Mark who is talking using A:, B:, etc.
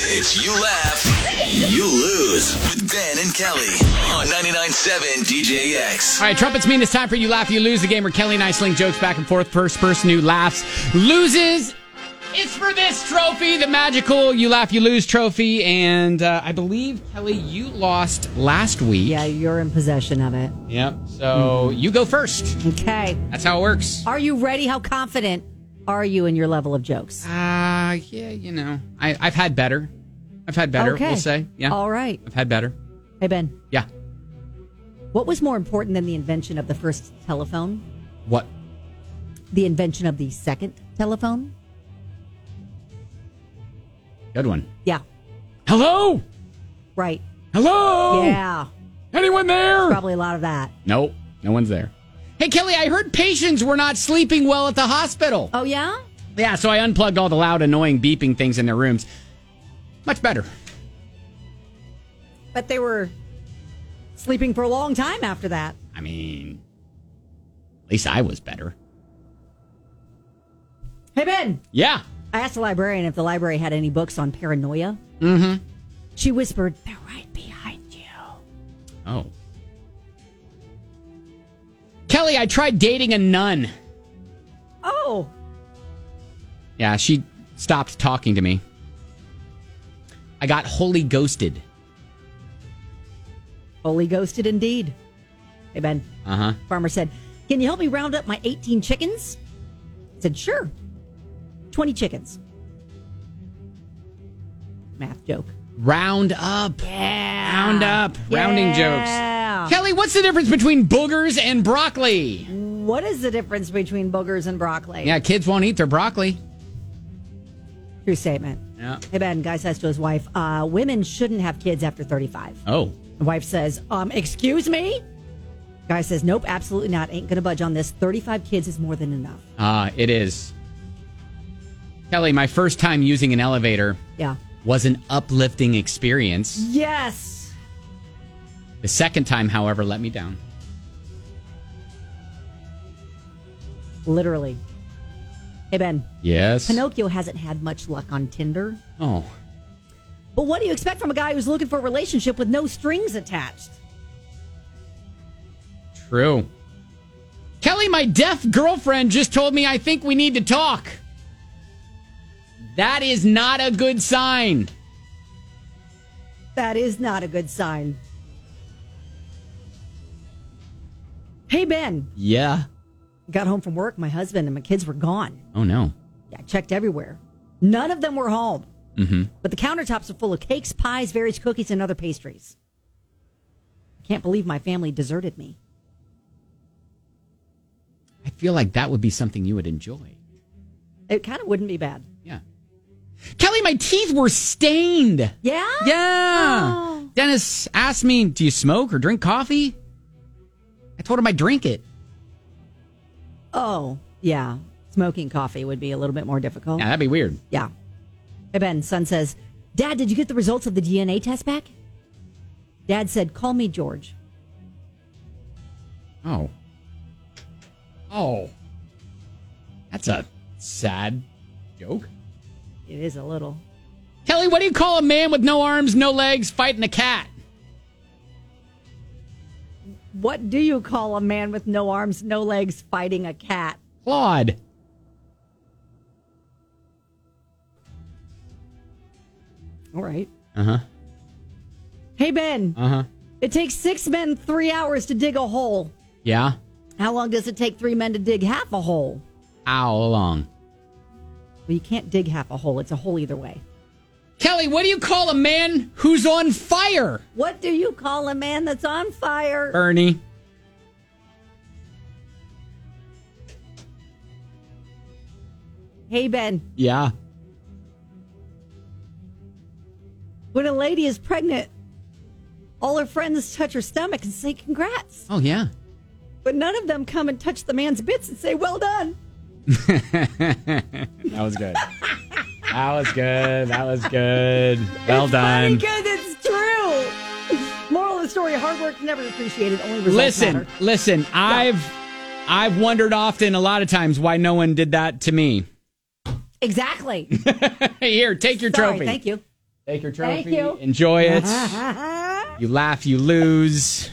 A: If you laugh, you lose. With Ben and Kelly on 99.7 DJX.
B: All right, trumpets mean it's time for you laugh, you lose the game where Kelly and I sling jokes back and forth. First person who laughs loses. It's for this trophy, the magical you laugh, you lose trophy. And uh, I believe Kelly, you lost last week.
C: Yeah, Mm-hmm. you're in possession of it.
B: Yep. So you go first.
C: Okay.
B: That's how it works.
C: Are you ready? How confident are you in your level of jokes?
B: Uh, yeah, you know, I, I've had better. I've had better.
C: okay.
B: We'll say, yeah,
C: All right.
B: I've had better.
C: Hey, Ben,
B: Yeah.
C: what was more important than the invention of the first telephone?
B: What?
C: The invention of the second telephone?
B: Good one.
C: Yeah,
B: Hello.
C: right.
B: Hello.
C: Yeah,
B: Anyone there?
C: probably a lot of that.
B: Nope. No one's there. Hey, Kelly, I heard patients were not sleeping well at the hospital.
C: Oh, yeah?
B: Yeah, so I unplugged all the loud, annoying beeping things in their rooms. Much better.
C: But they were sleeping for a long time after that.
B: I mean, at least I was better.
C: Hey, Ben,
B: Yeah.
C: I asked the librarian if the library had any books on paranoia. Mm hmm.
B: Mm-hmm.
C: She whispered, They're right behind you.
B: Oh. Kelly, I tried dating a nun.
C: Oh,
B: Yeah, she stopped talking to me. I got wholly ghosted.
C: Holy ghosted indeed. Hey, Ben.
B: Uh huh.
C: Farmer said, Can you help me round up my 18 chickens? I said, Sure. 20 chickens. Math joke.
B: Round up.
C: Yeah.
B: Round up. Rounding
C: Yeah.
B: jokes. Kelly, what's the difference between boogers and broccoli?
C: What is the difference between boogers and broccoli?
B: Yeah, kids won't eat their broccoli.
C: True statement.
B: Yeah.
C: Hey, Ben, guy says to his wife, uh, Women shouldn't have kids after 35.
B: Oh.
C: The wife says, um, Excuse me? Guy says, Nope, absolutely not. Ain't going to budge on this. 35 kids is more than enough.
B: Uh, it is. Kelly, my first time using an elevator
C: Yeah.
B: was an uplifting experience.
C: Yes.
B: The second time, however, let me down.
C: Literally. Hey, Ben.
B: Yes.
C: Pinocchio hasn't had much luck on Tinder.
B: Oh.
C: But what do you expect from a guy who's looking for a relationship with no strings attached?
B: True. Kelly, my deaf girlfriend just told me I think we need to talk. That is not a good sign.
C: That is not a good sign. Hey, Ben.
B: Yeah.
C: Got home from work. My husband and my kids were gone.
B: Oh no.
C: Yeah, I checked everywhere. None of them were home. Mm-hmm. But the countertops are full of cakes, pies, various cookies, and other pastries. I can't believe my family deserted me.
B: I feel like that would be something you would enjoy.
C: It kind of wouldn't be bad.
B: Yeah. Kelly, my teeth were stained.
C: Yeah?
B: Yeah.
C: Oh.
B: Dennis asked me, Do you smoke or drink coffee? I told him I drink it.
C: Oh, yeah. Smoking coffee would be a little bit more difficult.
B: Yeah, that'd be weird.
C: Yeah. Hey, Ben, son says, Dad, did you get the results of the DNA test back? Dad said, Call me George.
B: Oh. Oh. That's a sad joke.
C: It is a little.
B: Kelly, what do you call a man with no arms, no legs, fighting a cat?
C: What do you call a man with no arms, no legs fighting a cat?
B: Claude.
C: All right.
B: Uh huh.
C: Hey, Ben,
B: Uh huh.
C: it takes six men three hours to dig a hole.
B: Yeah.
C: How long does it take three men to dig half a hole?
B: Ow long.
C: Well, you can't dig half a hole. It's a hole either way.
B: Kelly, what do you call a man who's on fire?
C: What do you call a man that's on fire?
B: Ernie.
C: Hey, Ben,
B: Yeah.
C: when a lady is pregnant, all her friends touch her stomach and say, Congrats.
B: Oh, yeah.
C: But none of them come and touch the man's bits and say, well done.
B: That was good. that was good. That was good. Well done.
C: Funny because it's true. Moral of the story, hard work's never appreciated, only results
B: Listen,
C: matter.
B: listen. I've I've wondered often a lot of times why no one did that to me.
C: Exactly.
B: Here, take your
C: Sorry,
B: trophy.
C: thank you.
B: Take your trophy.
C: Thank you.
B: Enjoy it. you laugh, you lose.